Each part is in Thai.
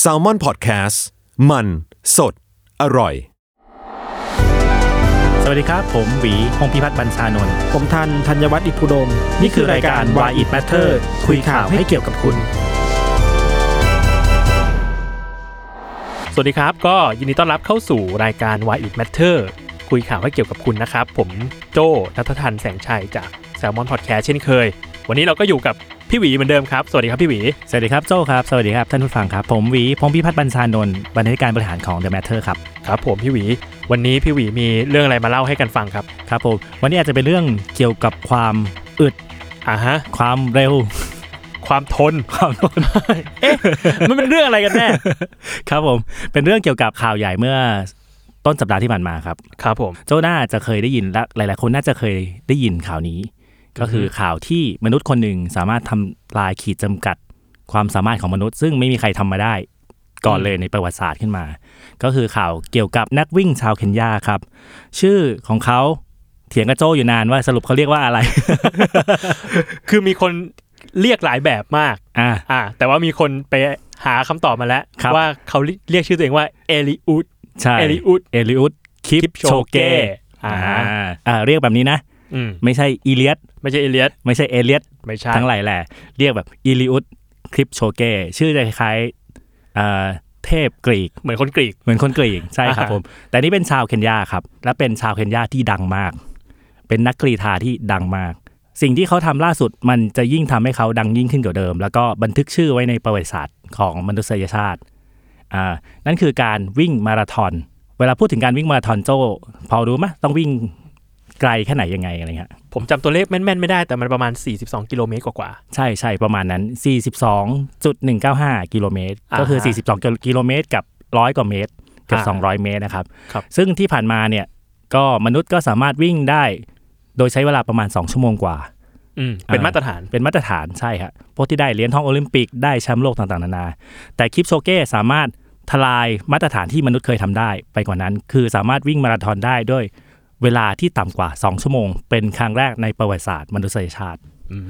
แซลมอนพอดแคสต์มันสดอร่อย สวัสดีครับ ผมหวีพงพิพัฒน์บัญชานนท์ ผมทันธัญวัฒน์อิพุดม นี่คือรายการ Why It Matter คุยข่าวให้เกี่ยวกับคุณ สวัสดีครับ ก็ยินดีต้อนรับเข้าสู่รายการ Why It Matter คุยข่าวให้เกี่ยวกับคุณนะครับ ผมโจนัททันแสงชัยจาก Salmon Podcast เช่นเคย วันนี้เราก็อยู่กับพี่หวีเหมือนเดิมครับ สวัสดีครับพี่หวี สวัสดีครับโจ้ครับ สวัสดีครับ ท่านผู้ฟังครับ ผมหวีพงพิพัฒน์บรรชานนท์บรรณาธิการบริหารของ The Matter ครับ ครับผมพี่หวี วันนี้พี่หวีมีเรื่องอะไรมาเล่าให้กันฟังครับ ครับผมวันนี้อาจจะเป็นเรื่องเกี่ยวกับความอึด อ่าฮะ ความเร็ว ความทน ความทน เอ๊ะมันเป็นเรื่องอะไรกันแน่ ครับผมเป็นเรื่องเกี่ยวกับข่าวใหญ่เมื่อต้นสัปดาห์ที่ผ่านมาครับ ครับผม โจ้น่าจะเคยได้ยินและหลาย ๆ คนน่าจะเคยได้ยินข่าวนี้ ก็คือข่าวที่มนุษย์คนหนึ่งสามารถทำลายขีดจำกัดความสามารถของมนุษย์ ซึ่งไม่มีใครทำมาได้ ก่อนเลยในประวัติศาสตร์ขึ้นมา ก็คือข่าวเกี่ยวกับนักวิ่งชาวเคนยาครับ ชื่อของเขาเถียงกับโจอยู่นานว่าสรุปเขาเรียกว่าอะไร คือมีคนเรียกหลายแบบมาก อ่า อ่า แต่ว่ามีคนไปหาคำตอบมาแล้ว ครับ ว่าเขาเรียกชื่อตัวเองว่าเอลิอุด ใช่ เอลิอุด เอลิอุสคิป กิปโช โชเก เกอ่า อ่าอ่าเรียกแบบนี้นะ อืม ไม่ใช่อีเลียส ไม่ใช่เอเลียส ไม่ใช่เอเลียส ไม่ใช่ ทั้งหลายแหละ เรียกแบบอีลิอุสคลิปโชเกชื่อจะคล้ายๆอ่าเทพกรีก เหมือนคนกรีก เหมือนคนกรีกใช่ครับ อ่า ผม แต่นี่เป็นชาวเคนยาครับ และเป็นชาวเคนยาที่ดังมาก เป็นนักกรีฑาที่ดังมาก สิ่งที่เขาทำล่าสุดมันจะยิ่งทำให้เขาดังยิ่งขึ้นกว่าเดิม แล้วก็บันทึกชื่อไว้ในประวัติศาสตร์ของมนุษยชาติอ่านั่นคือการวิ่งมาราธอนเวลาพูดถึงการวิ่งมาราธอนโจพอรู้ไหมยต้องวิ่งไกลแค่ไหนยังไงอะไรเงี้ย ผมจำตัวเลขแม่นๆไม่ได้แต่มันประมาณ 42 กิโลเมตรกว่า ใช่ใช่ประมาณนั้น 42.195 กิโโลเมตร อ่าฮะ ก็คือ 42 กิโลเมตรกับ 100 กว่าเมตรเกือบ อ่า 200 เมตรนะครับ ๆครับ ซึ่งที่ผ่านมาเนี่ยก็มนุษย์ก็สามารถวิ่งได้ โดยใช้เวลาประมาณ 2 ชั่วโมงกว่า อืมเป็นมาตรฐาน เป็นมาตรฐานใช่ครับพวกที่ได้เหรียญทองโอลิมปิกได้แชมป์โลกต่างๆ นานา แต่คลิปโชเก้สามารถทลายมาตรฐานที่มนุษย์เคยทำได้ไปกว่านั้น คือสามารถวิ่งมาราธอนได้ด้วยเวลาที่ต่ำกว่า 2 ชั่วโมง เป็นครั้งแรกในประวัติศาสตร์มนุษยชาติ อื ม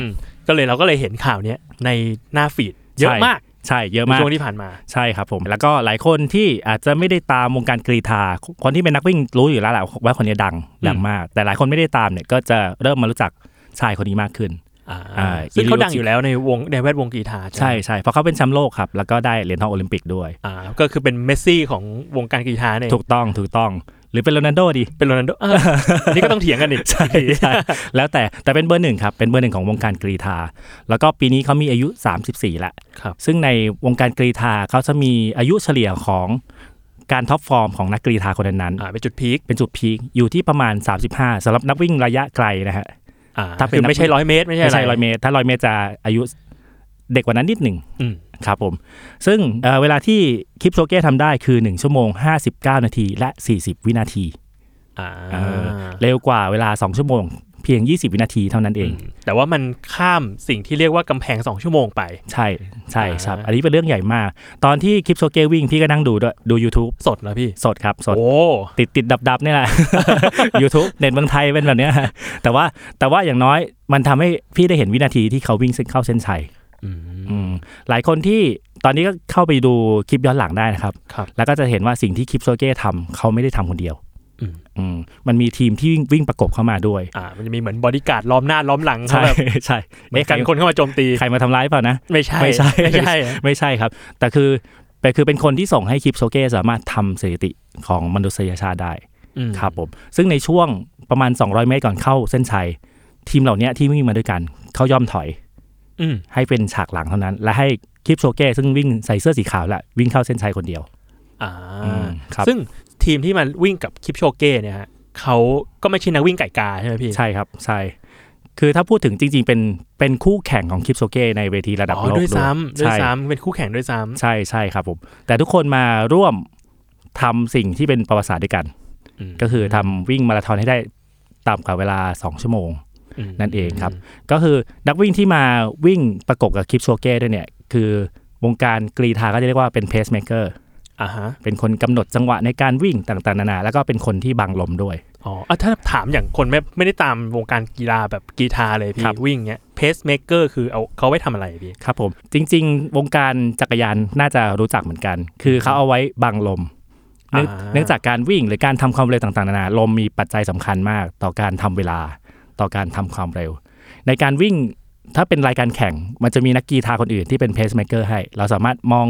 ม ก็เลยเราก็เลยเห็นข่าวเนี้ยในหน้าฟีดเยอะมาก ใช่เยอะ ใน มาก ช่วงที่ผ่านมา ใช่ครับผม แล้วก็หลายคนที่อาจจะไม่ได้ตามวงการกรีธาคนที่เป็นนักวิ่งรู้อยู่แล้วแหละว่าคนนี้ดังดังมาก แต่หลายคนไม่ได้ตามเนี่ยก็จะเริ่มมารู้จักชายคนนี้มากขึ้น อ่า อ่า ซึ่งเขาดังอยู่แล้วในวงในแวดวงกรีฑา ใช่ ไหม ใช่เพราะเขาเป็นแชมป์โลกครับ แล้วก็ได้เหรียญทองโอลิมปิกด้วย อ่าก็คือเป็นเมสซี่ของวงการกรีฑาเนี่ย ถูกต้องถูกต้อง หรือเป็นโรนัลโดดี เป็นโรนัลโดอ่ะ อันนี่ก็ต้องเถียงกันอีก ใช่ใช่แล้วแต่แต่เป็นเบอร์หนึ่งครับเป็นเบอร์หนึ่งของวงการกรีธาแล้วก็ปีนี้เขามีอายุ 34ละ ครับ ซึ่งในวงการกรีธาเขาจะมีอายุเฉลี่ยของการท็อปฟอร์มของนักกรีธาคนนั้นๆ อ่าเป็นจุดพีค เป็นจุดพีคอยู่ที่ประมาณ 35สำหรับนักวิ่งระยะไกลนะฮะ อ่า ถ้าเป็น คือไม่ใช่ นัก ร้อยเมตร ไม่ใช่ ไม่ อะไร ใช่ร้อยเมตร ถ้าร้อยเมตรจะอายุเด็กกว่านั้นนิดหนึ่ง อืม ครับผม ซึ่งเอ่อเวลาที่คลิปโชเก้ทำได้คือ 1 ชั่วโมง 59 นาทีและ 40 วินาที อ่า เออ เร็วกว่าเวลา 2 ชั่วโมง เพียง 20 วินาทีเท่านั้นเอง แต่ว่ามันข้ามสิ่งที่เรียกว่ากำแพงสองชั่วโมงไป ใช่ใช่ครับ อ่า อันนี้เป็นเรื่องใหญ่มาก ตอนที่คลิปโชเก้วิ่งพี่ก็นั่งดูด้วยดู YouTube สดเหรอพี่ สดครับสด โอ้ ติดติดดับดับๆ เนี่ยแหละ YouTube เน็ตเมืองไทยเป็นแบบเนี้ยแต่ว่าแต่ว่าอย่างน้อยมันทำให้พี่ได้เห็นวินาทีที่เขาวิ่งเส้นเข้าเส้นชัยอืมหลายคนที่ตอนนี้ก็เข้าไปดูคลิปย้อนหลังได้นะครับ ครับ แล้วก็จะเห็นว่าสิ่งที่คลิปโซเก้ทำเขาไม่ได้ทำคนเดียว อืม อืมมันมีทีมที่วิ่งวิ่งประกบเข้ามาด้วย อ่า มันจะมีเหมือนบอดี้การ์ดล้อมหน้าล้อมหลังเขา ใช่ แบบ ใช่ เหมือนกัน เอ๊ะ คนเข้ามาโจมตี ใครใครมาทำร้ายเปล่านะ ไม่ใช่ ไม่ใช่ ไม่ใช่ ไม่ใช่ครับ แต่คือแต่คือเป็นคนที่ส่งให้คลิปโซเก้สามารถทำสถิติของมนุษยชาติได้ อืม ครับผมซึ่งในช่วงประมาณ 200 เมตรก่อนเข้าเส้นชัย ทีมเหล่าเนี้ยที่วิ่งมาด้วยกัน เขายอมถอย อืม ให้เป็นฉากหลังเท่านั้น และให้คลิปโชเก้ซึ่งวิ่งใส่เสื้อสีขาวแหละวิ่งเข้าเส้นชัยคนเดียว อ่า อืมครับ ซึ่งทีมที่มันวิ่งกับคลิปโชเก้เนี่ยฮะเขาก็ไม่ใช่นักวิ่งไก่กาใช่ไหมพี่ ใช่ครับ ใช่ คือถ้าพูดถึงจริง ๆ เป็นเป็นคู่แข่งของคลิปโชเก้ในเวทีระดับ อ๋อ โลก ด้วยซ้ำด้วย ใช่ ซ้ำเป็นคู่แข่งด้วยซ้ำ ใช่ใช่ครับผมแต่ทุกคนมาร่วมทำสิ่งที่เป็นประวัติศาสตร์ด้วยกัน อืม ก็คือทำวิ่งมาราธอนให้ได้ต่ำกว่าเวลา 2 ชั่วโมง อืม นั่นเองครับ ก็คือนักวิ่งที่มาวิ่งประกบกับคลิปโชเก้ด้วยเนี่ย คือวงการกรีธาก็จะเรียกว่าเป็นเพสเมเกอร์ อ่าฮะ เป็นคนกำหนดจังหวะในการวิ่งต่างๆนานา แล้วก็เป็นคนที่บังลมด้วย อ๋ออ่ะถ้าถามอย่างคนไม่ไม่ได้ตามวงการกีฬาแบบกีฬาเลยพี่ ครับ วิ่งเนี้ยเพ pacemaker คือเอาเขาไว้ทำอะไรพี่ ครับผมจริง ๆ วงการจักรยานน่าจะรู้จักเหมือนกัน คือเขาเอาไว้บังลมเนื่อง อ่า เนื่องจากการวิ่งหรือการทำความเร็วต่างๆนานาลมมีปัจจัยสำคัญมาก ต่อการทำเวลาต่อการทำความเร็ว ในการวิ่งถ้าเป็นรายการแข่งมันจะมีนักกีฬาคนอื่นที่เป็นเพสเมเกอร์ให้ เราสามารถมอง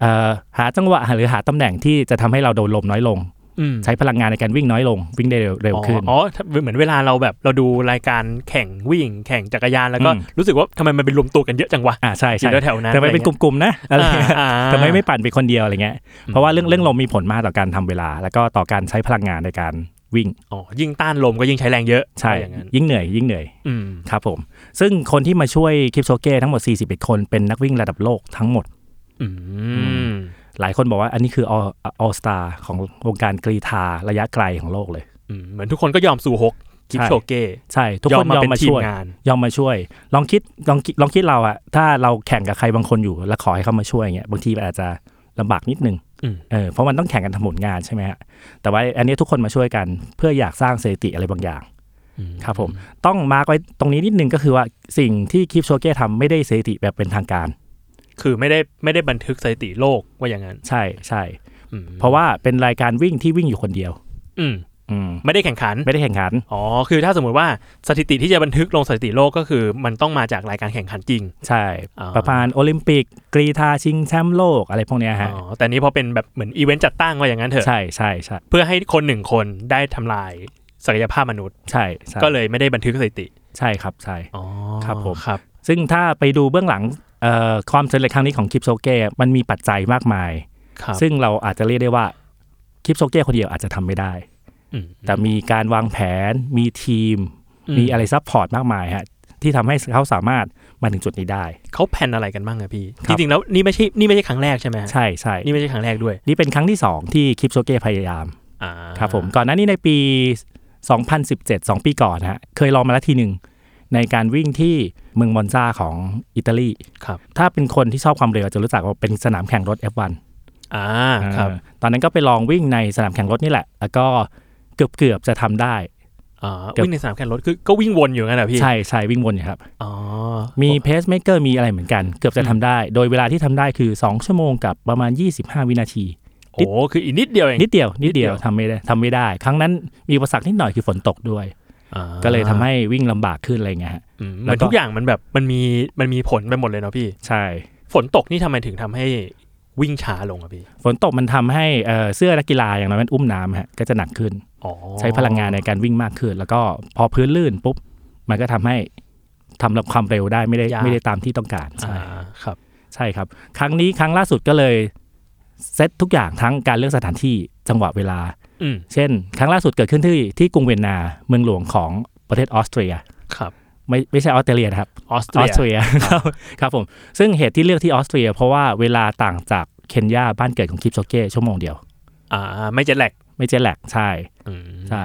เออหาจังหวะหรือหาตำแหน่งที่จะทำให้เราโดนลมน้อยลง อืม ใช้พลังงานในการวิ่งน้อยลง วิ่งได้เร็วเร็วขึ้น อ๋อถ้าเหมือนเวลาเราแบบเราดูรายการแข่งวิ่ง แข่งจักรยานแล้วก็ อืม รู้สึกว่าทำไมมันเป็นรวมตัวกันเยอะจังวะ อ่าใช่ อ ใช่ ยู่แถวๆนั้น ทำไมเป็นกลุ่มๆนะอะไรเงี้ย อ่า ทำไมไม่ปั่นไปคนเดียวอะไรเงี้ย เพราะว่าเรื่องเรื่องลมมีผลมากต่อการทำเวลา แล้วก็ต่อการใช้พลังงานในการวิ่ง อ๋อยิ่งต้านลมก็ยิ่งใช้แรงเยอะ ใช่ อะไรอย่างนั้น ยิ่งเหนื่อยยิ่งเหนื่อย อืม ครับผม ซึ่งคนที่มาช่วยคลิปโชเก้ทั้งหมด 41 คนเป็นนักวิ่งระดับโลกทั้งหมด อืม หลายคนบอกว่าอันนี้คือ all all star ของวงการกรีธาระยะไกลของโลกเลย อืมเหมือนทุกคนก็ยอมสู่ฮกกิป ใช่ โชเก้ ใช่ทุก ยอ ค ม น มาย อ เป็น มมา ทีม ช่วย งาน ยอมมาช่วย ลองคิดลองคิดลองคิดเราอะถ้าเราแข่งกับใครบางคนอยู่ แล้วขอให้เขามาช่วยเงี้ยบางทีมันอาจจะลำบากนิดนึงเออเพราะมันต้องแข่งกันทำผลงานใช่ไหมฮะแต่ว่าอันนี้ทุกคนมาช่วยกันเพื่ออยากสร้างสถิติอะไรบางอย่างครับผมต้องมาร์กไว้ตรงนี้นิดนึงก็คือว่าสิ่งที่คลิปโชเก้ทำไม่ได้สถิติแบบเป็นทางการ คือไม่ได้ไม่ได้บันทึกสถิติโลกว่าอย่างนั้น ใช่ใช่ อืม เพราะว่าเป็นรายการวิ่งที่วิ่งอยู่คนเดียว อืม อืม ไม่ได้แข่งขัน ไม่ได้แข่งขัน อ๋อ คือถ้าสมมุติว่าสถิติที่จะบันทึกลงสถิติโลกก็คือ มันต้องมาจากรายการแข่งขันจริง ใช่ อ่า ประมาณโอลิมปิกกรีธาชิงแชมป์โลกอะไรพวกเนี้ย อ๋ ฮะ อ แต่นี้พอเป็นแบบเหมือนอีเวนต์จัดตั้งว่าอย่างนั้นเถอะ ใช่ใช่ใช่ เพื่อให้คนหนึ่งคนได้ทำลายศักยภาพมนุษย์ ใช่ใช่ ก็เลยไม่ได้บันทึกสถิติ ใช่ครับใช่ อ๋อ ครับผม ครับ ซึ่งถ้าไปดูเบื้องหลังเอ่อความสำเร็จครั้งนี้ของคลิปโซเก้มันมีปัจจัยมากมาย ครับ ซึ่งเราอาจจะเรียกได้ว่าคลิปโซเก้คนเดียวอาจจะทำไม่ได้ อืม แต่มีการวางแผน มีทีม อื มีอะไรซัพพอร์ตมากมายฮะที่ทำให้เขาสามารถมาถึงจุดนี้ได้ เขาแพลนอะไรกันบ้างอะพี่ ค จ รับ ริงๆ แล้วนี่ไม่ใช่ นี่ไม่ใช่ครั้งแรกใช่ไหมฮะ ใช่ใช่ นี่ไม่ใช่ครั้งแรกด้วย นี่เป็นครั้งที่ 2 ที่คลิปโซเก้พยายาม อ่า ครับผมก่อนหน้านี้ในปี 2017 2 ปีก่อนฮะเคยลองมาแล้วทีหนึ่งในการวิ่งที่เมืองมอนซาของอิตาลี ครับ ถ้าเป็นคนที่ชอบความเร็วจะรู้จักว่าเป็นสนามแข่งรถ F1 อ่า ครับ เออตอนนั้นก็ไปลองวิ่งในสนามแข่งรถนี่แหละ แล้วก็เกือบเกือบๆจะทำได้ อ่าวิ่งในสนามแข่งรถ คือ ก็วิ่งวนอยู่งั้นเหรอพี่ ใช่ใช่วิ่งวนอยู่ครับ อ๋อ มีเพสเมเกอร์มีอะไรเหมือนกัน เกือบจะทำได้ โดยเวลาที่ทำได้คือ 2 ชั่วโมงกับประมาณ 25 วินาที โอ้คืออีกนิดเดียวเอง นิดเดียวนิดเดียวทำไม่ได้ทำไม่ได้ ครั้งนั้นมีอุปสรรคนิดหน่อยคือฝนตกด้วย อ่า ก็เลยทำให้วิ่งลำบากขึ้นอะไรเงี้ยฮะ อืมเห แล้ มือ วน ก็ ทุกอย่างมันแบบ มันมี มันมีผลไปหมดเลยเนาะพี่ ใช่ ฝนตกนี่ทำไมถึงทำให้วิ่งช้าลงอะพี่ ฝนตกมันทำให้เอ่อเสื้อนักกีฬาอย่างน้อยมันอุ้มน้ำฮะก็จะหนักขึ้น อ๋อ ใช้พลังงานในการวิ่งมากขึ้น แล้วก็พอพื้นลื่นปุ๊บมันก็ทำให้ทำความเร็วได้ไม่ได้ไม่ได้ตามที่ต้องการ อ่า ใช่ ครับ ใช่ครับ ครั้งนี้ครั้งล่าสุดก็เลยเซตทุกอย่างทั้งการเลือกสถานที่จังหวะเวลา อืม เช่น ครั้งล่าสุดเกิดขึ้นที่ที่กรุงเวียนนาเมืองหลวงของประเทศออสเตรีย ครับ ไม่ไม่ใช่ออสเตรเลียนะครับ ออสเต ออรีย สเตรียครับครับผมซึ่งเหตุที่เลือกที่ออสเตรีย เพราะว่าเวลาต่างจากเคนยาบ้านเกิดของคลิปโชเก้ชั่วโมงเดียว อ่า ไม่เจ็ตแลก ไม่เจ็ตแลกใช่ อืม ใช่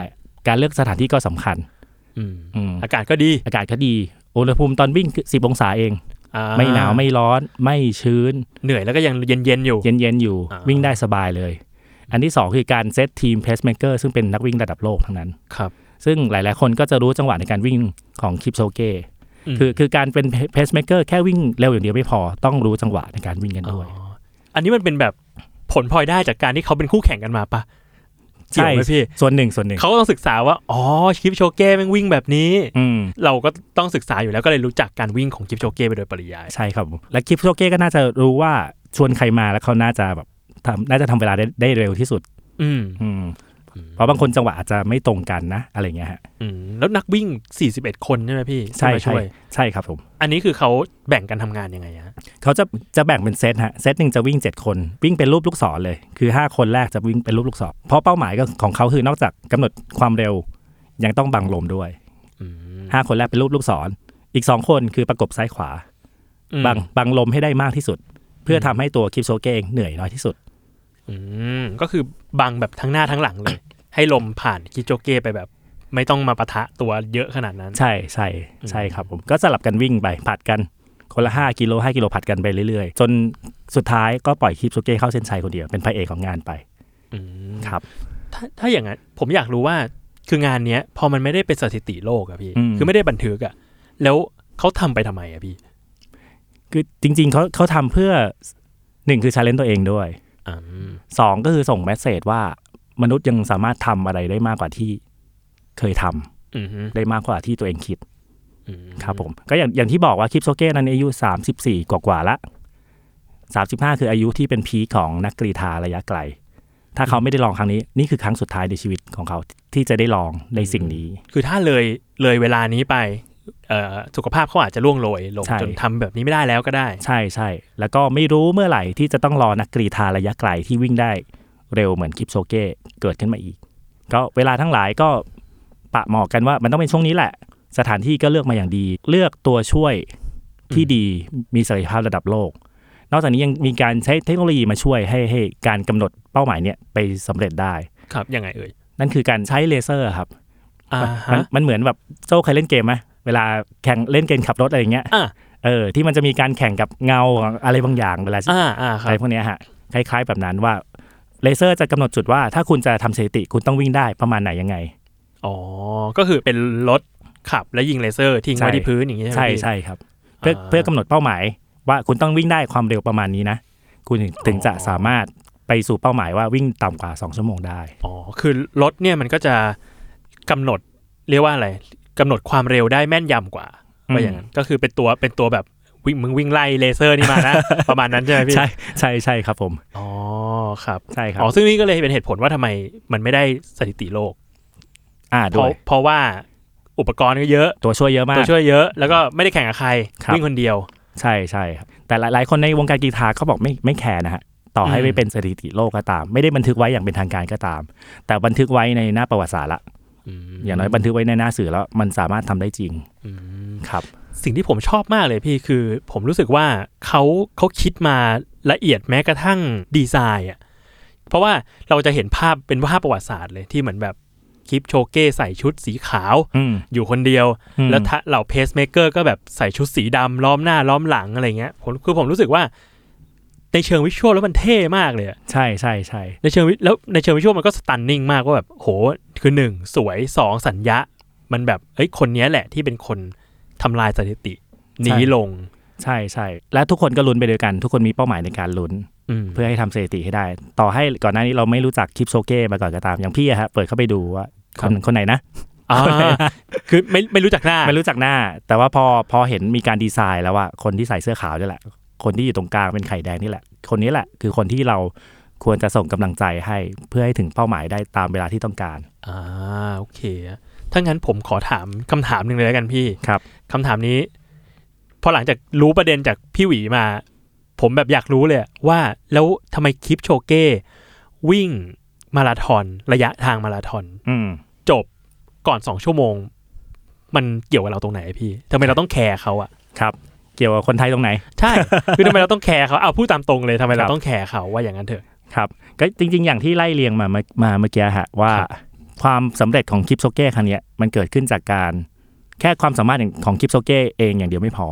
การเลือกสถานที่ก็สำคัญ อืม อืม อากาศก็ดี อากาศก็ดี อุณหภูมิตอนวิ่งสิบองศาเอง อ่ ไม่หนาวไม่ร้อน ไม่ชื้น เหนื่อยแล้วก็ยังเย็นเย็นๆอยู่ เย็น ๆ อยู่ อ่า วิ่งได้สบายเลย อันที่ 2 คือการเซตทีมเพสเมเกอร์ซึ่งเป็นนักวิ่งระดับโลกทั้งนั้น ครับ ซึ่งหลาย ๆ คนก็จะรู้จังหวะในการวิ่งของคลิปโชเก้ อืม คือคือการเป็นเพสเมเกอร์แค่วิ่งเร็วอย่างเดียวไม่พอ ต้องรู้จังหวะในการวิ่งกัน อ๋อ ด้วย อันนี้มันเป็นแบบผลพลอยได้จากการที่เขาเป็นคู่แข่งกันมาปะเกี่ยวไหมพี่ ส่วนหนึ่งส่วนหนึ่ง เขาก็ต้องศึกษาว่าอ๋อกิปโชเก้แม่งวิ่งแบบนี้ อืม เราก็ต้องศึกษาอยู่แล้วก็เลยรู้จักการวิ่งของกิปโชเก้ไปโดยปริยาย ใช่ครับผมและคลิปโชเก้ก็น่าจะรู้ว่าชวนใครมาแล้วเขาน่าจะแบบทำน่าจะทำเวลาได้ได้เร็วที่สุด อืม อืมเพราะบางคนจังหวะอาจจะไม่ตรงกันนะอะไรเงี้ยฮะ อืมแล้วนักวิ่ง 41 คนใช่ไหมพี่ที่ ใช่ มา ใช่ วย ใช่ครับผม อันนี้คือเขาแบ่งกันทำงานยังไงฮะ เขาจะจะแบ่งเป็นเซตฮะเซตหนึ่งจะวิ่ง 7 คน วิ่งเป็นรูปลูกศรเลย คือ 5 คนแรกจะวิ่งเป็นรูปลูกศรเพราะเป้าหมายก็ของเขาคือนอกจากกำหนดความเร็ว ยังต้องบังลมด้วย 5 คนแรกเป็นรูปลูกศร อีก 2 คนคือประกบซ้ายขวา อืม บังบังลมให้ได้มากที่สุด เพื่อทำให้ตัวคลิปโซเกเองเหนื่อยน้อยที่สุด อืมก็คือบังแบบทั้งหน้าทั้งหลังเลย ให้ลมผ่านกิโจเก้ไปแบบ ไม่ต้องมาปะทะตัวเยอะขนาดนั้น ใช่ใช่ใช่ครับผมก็สลับกันวิ่งไปผัดกันคนละ 5กิโล5กิโลผัดกันไปเรื่อยๆ จนสุดท้ายก็ปล่อยคลิปโซเกเข้าเส้นชัยคนเดียวเป็นพระเอกของงานไป อืม ครับ ถ้าถ้าอย่างนั้น ผมอยากรู้ว่าคืองานเนี้ย พอมันไม่ได้เป็นสถิติโลกอะพี่ อืม คือไม่ได้บันทึกอะแล้ว เขาทำไปทำไมอะพี่ คือจริงๆเขาเขาทำเพื่อหนึ่งคือชาเลนตัวเองด้วย อืม สองก็คือส่งแมสเซจว่ามนุษย์ยังสามารถทำอะไรได้มากกว่าที่เคยทำ อืมฮึ ได้มากกว่าที่ตัวเองคิด อื ครับผมก็อย่างอย่างที่บอกว่าคลิปโซเก้นั้นอายุ 34 กว่ากว่าๆละ35 คืออายุที่เป็นพีคของนักกรีธาระยะไกล ถ้าเขาไม่ได้ลองครั้งนี้ นี่คือครั้งสุดท้ายในชีวิตของเขาที่จะได้ลองในสิ่งนี้ คือถ้าเลยเลยเวลานี้ไปเอ่อสุขภาพเขาอาจจะล่วงโรยลง ใช่ จนทำแบบนี้ไม่ได้แล้วก็ได้ ใช่ใช่ แล้วก็ไม่รู้เมื่อไหร่ที่จะต้องรอนักกรีธาระยะไกลที่วิ่งได้เร็วเหมือนคลิปโซเก้เกิดขึ้นมาอีก ก็เวลาทั้งหลายก็ปะหมอกกันว่ามันต้องเป็นช่วงนี้แหละ สถานที่ก็เลือกมาอย่างดี เลือกตัวช่วยที่ดีมีศักยภาพระดับโลก นอกจากนี้ยังมีการใช้เทคโนโลยีมาช่วยให้ให้การกำหนดเป้าหมายเนี่ยไปสำเร็จได้ ครับ ยังไงเอ่ย นั่นคือการใช้เลเซอร์ครับ อ่า มัน ฮะ มันเหมือนแบบโจ้เคยเล่นเกมไหมเวลาแข่งเล่นเกมขับรถอะไรอย่างเงี้ย อ่ะ เออที่มันจะมีการแข่งกับเงาของอะไรบางอย่างเวลา อ่าอ่าค อะ รับ ไรพวกเนี้ยฮะคล้ายๆแบบนั้นว่าเลเซอร์จะกำหนดจุดว่าถ้าคุณจะทำสถิติคุณต้องวิ่งได้ประมาณไหนยังไง อ๋อ ก็คือเป็นรถขับและยิงเลเซอร์ทิ้ง ใช่ ไว้ที่พื้นอย่างนี้ใช่ใช่ไหมพี่ ใช่ครับ เพื่อ อ่า เพื่อกำหนดเป้าหมายว่าคุณต้องวิ่งได้ความเร็วประมาณนี้นะ คุณถึงถึงจะ อ๋อ สามารถไปสู่เป้าหมายว่าวิ่งต่ำกว่า 2 ชั่วโมงได้ อ๋อ คือรถเนี่ยมันก็จะกำหนดเรียกว่าอะไรกำหนดความเร็วได้แม่นยำกว่า อืม ว่าอย่างนั้นก็คือเป็นตัวเป็นตัวแบบวิ่งมึงวิ่งไล่เลเซอร์นี่ มานะ ประมาณนั้นใช่ไหมพี่ ใช่ ใช่ใช่ครับผม อ๋อครับ ใช่ครับ อ๋อซึ่งนี่ก็เลยเป็นเหตุผลว่าทำไมมันไม่ได้สถิติโลก อ่า เพ ด้ว ราะ ย เพราะว่าอุปกรณ์ก็เยอะ ตัวช่วยเยอะมาก ตัวช่วยเยอะแล้วก็ไม่ได้แข่งกับใคร ครับ วิ่งคนเดียว ใช่ใช่ครับแต่หลายหลายคนในวงการกีฬาเขาบอกไม่ไม่แคร์นะฮะต่อให้ อืม ไม่เป็นสถิติโลกก็ตาม ไม่ได้บันทึกไว้อย่างเป็นทางการก็ตาม แต่บันทึกไว้ในหน้าประวัติศาสตร์ละ ม อย่างน้อยบันทึกไว้ในหน้าสื่อแล้วมันสามารถทำได้จริง อืม ครับ สิ่งที่ผมชอบมากเลยพี่คือ ผมรู้สึกว่าเขาเขาคิดมาละเอียดแม้กระทั่งดีไซน์อ่ะเพราะว่าเราจะเห็นภาพเป็นภาพประวัติศาสตร์เลยที่เหมือนแบบคลิปโชเก้ใส่ชุดสีขาว อืม อยู่คนเดียว อืม แล้วทะเหล่าเพสเมเกอร์ก็แบบใส่ชุดสีดำล้อมหน้าล้อมหลังอะไรเงี้ยผมคือผมรู้สึกว่า ในเชิงวิชวลแล้วมันเท่มากเลยอะ ใช่ใช่ใช่ ในเชิงวิแล้วในเชิงวิชวลมันก็สตันนิ่งมากว่าแบบโหคือหนึ่งสวยสองสัญญะ มันแบบเอ้ยคนเนี้ยแหละที่เป็นคนทำลายสถิตินี้ลง ใช่ใช่และทุกคนก็ลุ้นไปด้วยกัน ทุกคนมีเป้าหมายในการลุ้น เพื่อให้ทำสถิติให้ได้ ต่อให้ก่อนหน้านี้เราไม่รู้จักคลิปโซเก้มาก่อนก็ตาม อย่างพี่อะฮะเปิดเข้าไปดูว่า ค ค รั น บ คนไหนนะ อ่าคือไม่ไม่รู้จักหน้า ไม่รู้จักหน้า แต่ว่าพอพอเห็นมีการดีไซน์แล้วว่าคนที่ใส่เสื้อขาวนี่แหละ คนที่อยู่ตรงกลางเป็นไข่แดงนี่แหละ คนนี้แหละคือคนที่เราควรจะส่งกำลังใจให้เพื่อให้ถึงเป้าหมายได้ตามเวลาที่ต้องการ อ่าโอเค ถ้างั้นผมขอถามคำถามหนึ่งเลยแล้วกันพี่ ครับ คำถามนี้ พอหลังจากรู้ประเด็นจากพี่หวีมา ผมแบบอยากรู้เลยว่าแล้วทำไมคลิปโชเก้ วิ่งมาราธอนระยะทางมาราธอน อืม จบก่อนสองชั่วโมง มันเกี่ยวกับเราตรงไหนพี่ทำไมเราต้องแคร์เขาอะ ครับ เกี่ยวกับคนไทยตรงไหน ใช่ คือทำไมเราต้องแคร์เขาเอาพูดตามตรงเลยทำไมคเรารับ ต้องแคร์เขาว่าอย่างนั้นเถอะ ครับก็จริงๆ อย่างที่ไล่เรียงมามามาเมื่อกี้ฮะว่า ครับ ความสำเร็จของคลิปโซเก้ครั้งเนี้ยมันเกิดขึ้นจากการแค่ความสามารถอย่างของคลิปโซเก้เองอย่างเดียวไม่พอ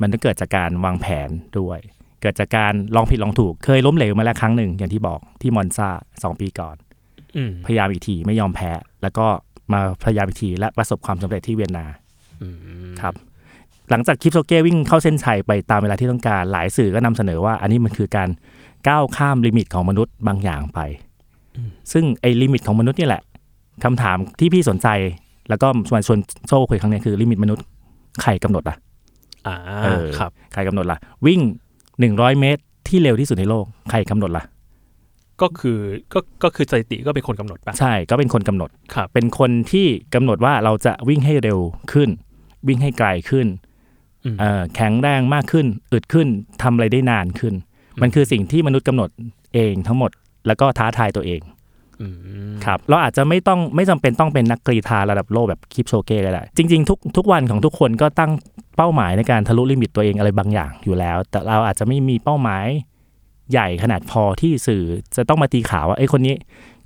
มันต้องเกิดจากการวางแผนด้วย เกิดจากการลองผิดลองถูกเคยล้มเหลวมาแล้วครั้งหนึ่งอย่างที่บอกที่มอนซาสองปีก่อน อืม พยายามอีกทีไม่ยอมแพ้ แล้วก็มาพยายามอีกทีและประสบความสำเร็จที่เวียนนา อืม ครับ หลังจากคลิปโซเก้วิ่งเข้าเส้นชัยไปตามเวลาที่ต้องการหลายสื่อก็นำเสนอว่า อันนี้มันคือการก้าวข้ามลิมิตของมนุษย์บางอย่างไป ซึ่งไอ้ลิมิตของมนุษย์เนี่ยแหละคำถามที่พี่สนใจ แล้วก็ชวนชวนโซ่คุยครั้งเนี้ยคือลิมิตมนุษย์ใครกำหนดล่ะ อ่า เออ ครับ ใครกำหนดล่ะ วิ่ง 100 เมตรที่เร็วที่สุดในโลกใครกำหนดล่ะ ก็คือก็ก็คือสถิติก็เป็นคนกำหนดปะ ใช่ก็เป็นคนกำหนด ครับ เป็นคนที่กำหนดว่าเราจะวิ่งให้เร็วขึ้น วิ่งให้ไกลขึ้น อืม เอ่อแข็งแรงมากขึ้น อึดขึ้นทำอะไรได้นานขึ้น มันคือสิ่งที่มนุษย์กำหนดเองทั้งหมด แล้วก็ท้าทายตัวเอง อืม ครับเราอาจจะไม่ต้องไม่จำเป็นต้องเป็นนักกรีธาระดับโลกแบบคลิปโชเก้ก็ได้จริงๆทุกทุกวันของทุกคนก็ตั้งเป้าหมายในการทะลุลิมิตตัวเองอะไรบางอย่างอยู่แล้ว แต่เราอาจจะไม่มีเป้าหมายใหญ่ขนาดพอที่สื่อจะต้องมาตีข่าวว่าไอ้ยคนนี้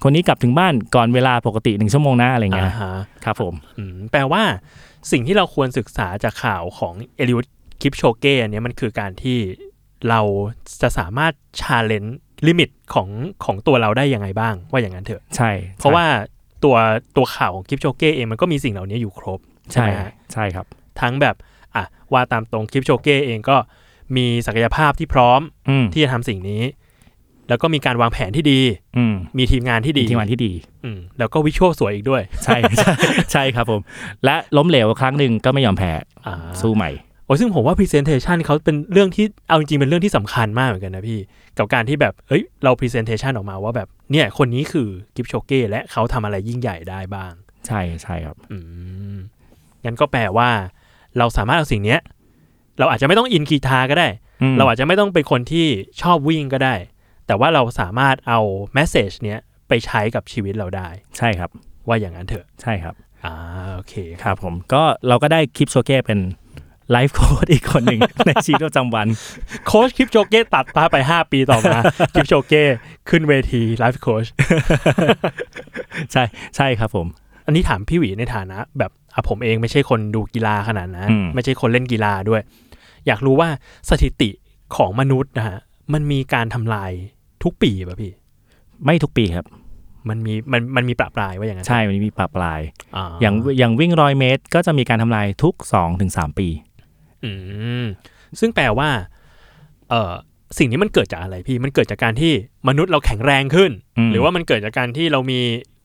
คนนี้กลับถึงบ้านก่อนเวลาปกติหนึ่งชั่วโมงนะอะไรเงี้ย อ่าฮะ ครับผม อืมแปลว่าสิ่งที่เราควรศึกษาจากข่าวของเอลิวตคลิปโชเก้เนี่ยมันคือการที่เราจะสามารถชาเลนจ์ลิมิตของของตัวเราได้ยังไงบ้าง ว่าอย่างนั้นเถอะ ใช่ เพราะว่าตัวตัวข่าวของคลิปโชเก้เองมันก็มีสิ่งเหล่านี้อยู่ครบ ใช่ ใช่ใช่ไหมฮะ ใช่ครับ ทั้งแบบ อ่ะว่าตามตรงคลิปโชเก้เองก็มีศักยภาพที่พร้อม อืม ที่จะทำสิ่งนี้ แล้วก็มีการวางแผนที่ดี อืม มีทีมงานที่ดี ทีมงานที่ดี อืมแล้วก็วิชวลสวยอีกด้วย ใช่ ใช่ใช่ครับผม และล้มเหลวครั้งหนึ่งก็ไม่ยอมแพ้ อ่า สู้ใหม่ โอ้ยซึ่งผมว่า Presentation เขาเป็นเรื่องที่เอาจริงๆเป็นเรื่องที่สำคัญมากเหมือนกันนะพี่ กับการที่แบบเอ้ยเรา Presentation ออกมาว่าแบบเนี่ยคนนี้คือกิฟโชเก้และเขาทำอะไรยิ่งใหญ่ได้บ้าง ใช่ใช่ครับ อืมงั้นก็แปลว่า เราสามารถเอาสิ่งเนี้ย เราอาจจะไม่ต้องอินกีตาร์ก็ได้ เราอาจจะไม่ต้องเป็นคนที่ชอบวิ่งก็ได้ แต่ว่าเราสามารถเอาแมสเซจเนี้ยไปใช้กับชีวิตเราได้ ใช่ครับ ว่าอย่างนั้นเถอะ ใช่ครับ อ่าโอเคค ครับ รับผมก็เราก็ได้คลิปโชเก้เป็นไลฟ์โค้ดอีกคนหนึ่ง ในชีวิตประจำวัน โค้ชคลิปโชเก้ตัดพาไป 5 ปีต่อมา คลิปโชเก้ขึ้นเวทีไลฟ์โค้ช ใช่ใช่ครับผม อันนี้ถามพี่หวีในฐานะ แบบอ่ะผมเองไม่ใช่คนดูกีฬาขนาดนั้น อืม ไม่ใช่คนเล่นกีฬาด้วย อยากรู้ว่าสถิติของมนุษย์นะฮะมันมีการทำลายทุกปีป่ะพี่ ไม่ทุกปีครับ มันมีมันมันมีปรับปรายว่าอย่างนั้น ใช่มันมีปรับปลาย อา อย่างอย่างวิ่งร้อยเมตร ก็จะมีการทำลายทุก2-3ถึงปี อืมซึ่งแปลว่าเออสิ่งนี้มันเกิดจากอะไรพี่มันเกิดจากการที่มนุษย์เราแข็งแรงขึ้น อืม หรือว่ามันเกิดจากการที่เรามี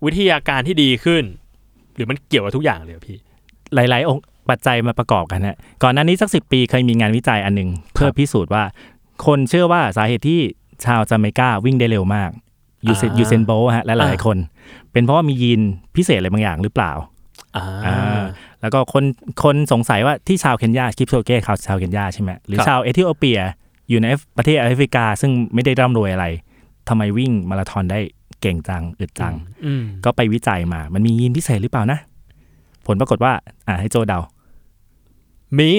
วิทยาการที่ดีขึ้น หรือมันเกี่ยวกับทุกอย่างเลยเหรอพี่ หลาย ๆ องค์ปัจจัยมาประกอบกันฮะก่อนหน้านี้สักสิปีเคยมีงานวิจัยอันหนึ่งเพื่อพิสูจน์ว่า คนเชื่อว่าสาเหตุที่ชาวจาเมกาวิ่งได้เร็วมากยูเซน อ่า ยูเซนโบลต์ฮะและหลาย อ่า ๆคน เป็นเพราะว่ามียีนพิเศษอะไรบางอย่างหรือเปล่า อ่า อ่าแล้วก็คนคนสงสัยว่าที่ชาวเคนยาคิปโซเกะเขาชาวเคนยาใช่ไหมหรือ ครับ ชาวเอธิโอเปียอยู่ในประเทศแอฟริกา ซึ่งไม่ได้ร่ำรวยอะไรทำไมวิ่งมาราธอนได้เก่งจังอึดจัง อืม ก็ไปวิจัยมา มันมียีนพิเศษหรือเปล่านะ ผลปรากฏว่า อ่าให้โจเดา มี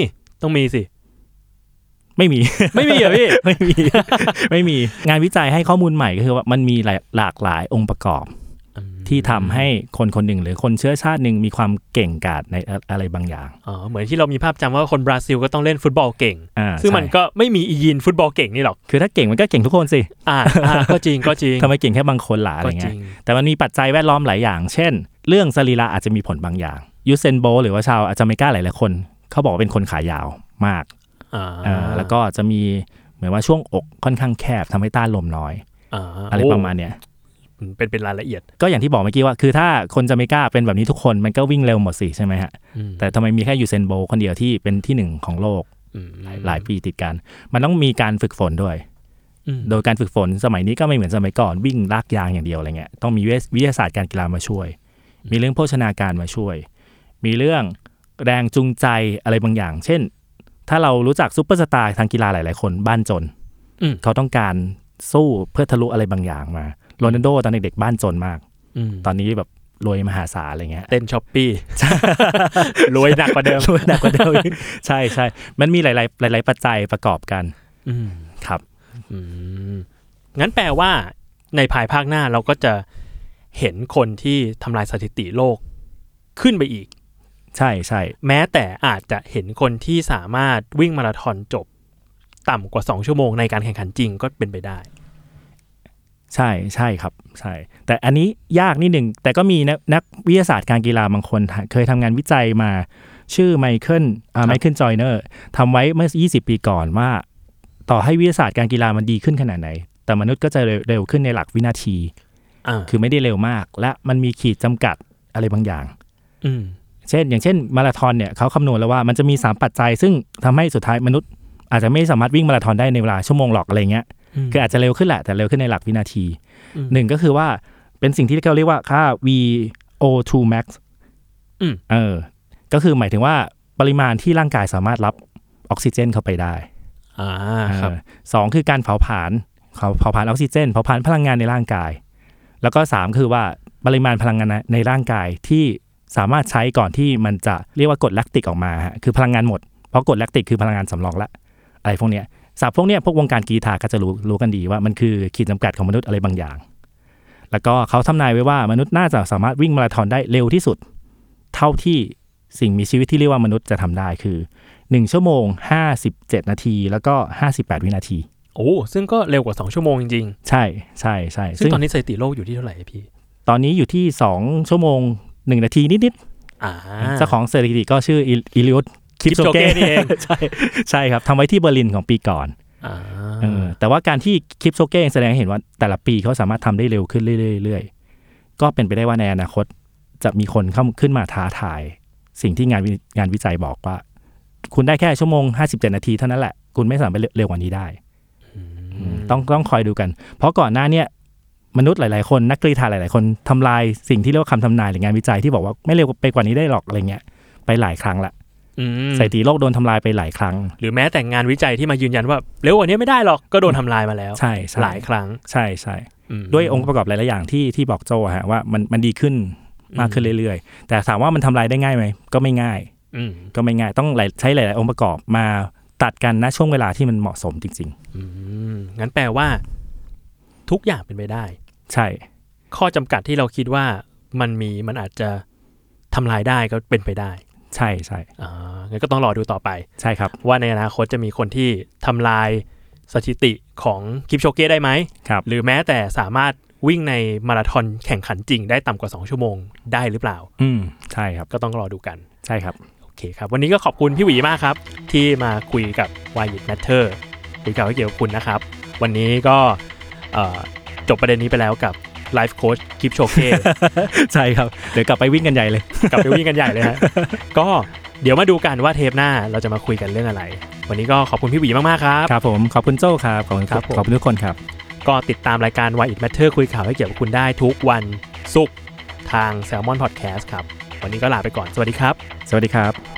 ต้องมีสิ ไม่มี ไม่มีเหรอพี่ ไม่มี ไม่มีงานวิจัยให้ข้อมูลใหม่ก็คือว่ามันมีหลายหลากหลายองค์ประกอบ ที่ทำให้คนคนหนึ่งหรือคนเชื้อชาติหนึ่งมีความเก่งกาจในอะอะไรบางอย่าง อ๋อเหมือนที่เรามีภาพจำว่าคนบราซิลก็ต้องเล่นฟุตบอลเก่ง อ่า ซึ่งมัน ใช่ ก็ไม่มีอียีนฟุตบอลเก่งนี่หรอก คือถ้าเก่งมันก็เก่งทุกคนสิ อ่าอ่าก็จริงก็ จริง ทำไมเก่งแค่บางคนหล่ะอะไร ก็จริ เงี้ย ง แต่มันมีปัจจัยแวดล้อมหลายอย่าง เช่น เรื่องสรีระอาจจะมีผลบางอย่าง ยูเซนโบหรือว่าชาวอาจจะไม่กล้าหลายๆคน เขาบอกว่าเป็นคนขายาวมาก อ่า เออแล้วก็จะมีเหมือนว่าช่วงอกค่อนข้างแคบทำให้ต้านลมน้อย า อะไรประมาณเนี้ย โอ้เป็นเป็นรายละเอียด ก็อย่างที่บอกเมื่อกี้ว่า คือถ้าคนจะไม่กล้าเป็นแบบนี้ทุกคนมันก็วิ่งเร็วหมดสิใช่ไหมฮะ อืม แต่ทำไมมีแค่ยูเซนโบคนเดียวที่เป็นที่หนึ่งของโลก อืม หลายปีติดกัน มันต้องมีการฝึกฝนด้วย อืม โดยการฝึกฝนสมัยนี้ก็ไม่เหมือนสมัยก่อนวิ่งลากยางอย่างเดียวอะไรเงี้ยต้องมีวิทยาศาสตร์การกีฬามาช่วย มีเรื่องโภชนาการมาช่วย มีเรื่องแรงจูงใจอะไรบางอย่าง เช่น ถ้าเรารู้จักซูเปอร์สตาร์ทางกีฬาหลาย ๆ คนบ้านจน อืม เขาต้องการสู้เพื่อทะลุอะไรบางอย่างมาโรนัลโดตอนเด็กๆบ้านจนมาก อืม ตอนนี้แบบรวยมหาศาลอะไรเงี้ย เต้นช้อปปี้ รวยหนักกว่าเดิม รวยหนักกว่าเดิมอีกใช่ใช่มันมีหลาย ๆ หลาย ๆ ปัจจัยประกอบกัน อืม ครับ อืมงั้นแปลว่า ในภายภาคหน้าเราก็จะเห็นคนที่ทำลายสถิติโลกขึ้นไปอีก ใช่ใช่ แม้แต่อาจจะเห็นคนที่สามารถวิ่งมาราธอนจบ ต่ำกว่า 2 ชั่วโมงในการแข่งขันจริงก็เป็นไปได้ ใช่ใช่ครับใช่ แต่อันนี้ยากนิดหนึ่งแต่ก็มีนักนักวิทยาศาสตร์การกีฬาบางคนฮะเคยทำงานวิจัยมา ชื่อไมเคิลอ่าไมเคิลจอยเนอร์ทำไว้เมื่อ 20 ปีก่อนว่า ต่อให้วิทยาศาสตร์การกีฬามันดีขึ้นขนาดไหน แต่มนุษย์ก็จะเร็วเร็วขึ้นในหลักวินาที อ่า คือไม่ได้เร็วมาก และมันมีขีดจำกัดอะไรบางอย่าง อืม เช่น อย่างเช่นมาราธอนเนี่ยเขาคำนวณแล้วว่ามันจะมี 3 ปัจจัย ซึ่งทำให้สุดท้ายมนุษย์ อาจจะไม่สามารถวิ่งมาราธอนได้ในเวลาชั่วโมงหรอกอะไรเงี้ย อืม คืออาจจะเร็วขึ้นแหละ แต่เร็วขึ้นในหลักวินาที อืม หนึ่งก็คือว่าเป็นสิ่งที่เขาเรียกว่าค่า VO2 max อืม เออ ก็คือหมายถึงว่าปริมาณที่ร่างกายสามารถรับออกซิเจนเข้าไปได้ อ่าครับ เออสองคือการเผาผลาญเขาเผาผลาญออกซิเจนเผาผลาญพลังงานในร่างกาย แล้วก็สามคือว่าปริมาณพลังงานในร่างกายที่สามารถใช้ก่อนที่มันจะเรียกว่ากรดแลคติกออกมาฮะคือพลังงานหมด เพราะกรดแลคติกคือพลังงานสำรองละอะไรพวกเนี้ยสับพวกเนี้ยพวกวงการกีฬาก็จะรู้รู้กันดีว่ามันคือขีดจำกัดของมนุษย์อะไรบางอย่าง แล้วก็เขาทำนายไว้ว่ามนุษย์น่าจะสามารถวิ่งมาราธอนได้เร็วที่สุด เท่าที่สิ่งมีชีวิตที่เรียกว่ามนุษย์จะทำได้คือ1ชั่วโมง 57 นาที แล้วก็ 58 วินาที โอ้ซึ่งก็เร็วกว่า 2 ชั่วโมงจริง ใช่ใช่ใช่ ๆ ซึ่งตอนนี้สถิติโลกอยู่ที่เท่าไหร่พี่ ตอนนี้อยู่ที่ 2 ชั่วโมง 1 นาทีนิดๆ อ่า เจ้าของสถิติก็ชื่ออิลิอุสเค ชิปโชเก้ Kipchoge นี่เอง ใช่ ใช่ครับทำไว้ที่เบอร์ลินของปีก่อน อ่า เออแต่ว่าการที่คลิปโชเก้แสดงให้เห็นว่าแต่ละปีเขาสามารถทำได้เร็วขึ้นเรื่อยๆ ก็เป็นไปได้ว่าในอนาคตจะมีคนเข้าขึ้นมาท้าทาย สิ่งที่งานวิงานวิจัยบอกว่า คุณได้แค่ชั่วโมง 57 นาทีเท่านั้นแหละ คุณไม่สามารถเร็วกว่านี้ได้ ต้องต้องคอยดูกัน เพราะก่อนหน้าเนี้ยมนุษย์หลาย ๆ คนนักกรีฑาหลาย ๆ คนทำลายสิ่งที่เรียกว่าคำทำนายหรืองานวิจัยที่บอกว่าไม่เร็วไปกว่านี้ได้หรอกอะไรเงี้ยไปหลายครั้งละ อืม สถิติโลกโดนทำลายไปหลายครั้ง หรือแม้แต่งานวิจัยที่มายืนยันว่าเร็วกว่านี้ไม่ได้หรอกก็โดนทำลายมาแล้ว ใช่ใช่ หลายครั้ง ใช่ใช่ อืม ด้วยองค์ประกอบหลาย ๆ อย่างที่ที่บอกโจฮะว่ามันมันดีขึ้นมากขึ้นเรื่อย ๆ แต่ถามว่ามันทำลายได้ง่ายไหมก็ไม่ง่าย อืม ก็ไม่ง่ายต้องหลายใช้หลาย ๆ องค์ประกอบมาตัดกันณช่วงเวลาที่มันเหมาะสมจริง อืมงั้นแปลว่า ทุกอย่างเป็นไปได้ ๆ ใช่ ข้อจำกัดที่เราคิดว่ามันมีมันอาจจะทำลายได้ก็เป็นไปได้ ใช่ใช่ อ่างั้นก็ต้องรอดูต่อไป ใช่ครับ ว่าในอนาคตจะมีคนที่ทำลายสถิติของกิปโชเก้ได้ไหม ครับ หรือแม้แต่สามารถวิ่งในมาราธอนแข่งขันจริงได้ต่ำกว่า 2 ชั่วโมงได้หรือเปล่า อืมใช่ครับ ก็ต้องรอดูกัน ใช่ครับ โอเคครับ วันนี้ก็ขอบคุณพี่หวีมากครับ ที่มาคุยกับ Why It Matter คุยกับเกี่ยวกับคุณนะครับ วันนี้ก็เอ่อจบประเด็นนี้ไปแล้วกับ Life Coach กิปโชเก้ ใช่ครับเดี๋ยวกลับไปวิ่งกันใหญ่เลย กลับไปวิ่งกันใหญ่เลยฮะ ก็เดี๋ยวมาดูกันว่าเทปหน้าเราจะมาคุยกันเรื่องอะไร วันนี้ก็ขอบคุณพี่หวีมาก ๆ ครับ ครับผมขอบคุณโจครับขอบคุณ ครับผม ขอบคุณทุกคนครับ ก็ติดตามรายการ Why It Matter คุยข่าวให้เกี่ยวกับคุณได้ทุกวันศุกร์ทาง Salmon Podcast ครับ วันนี้ก็ลาไปก่อน สวัสดีครับ สวัสดีครับ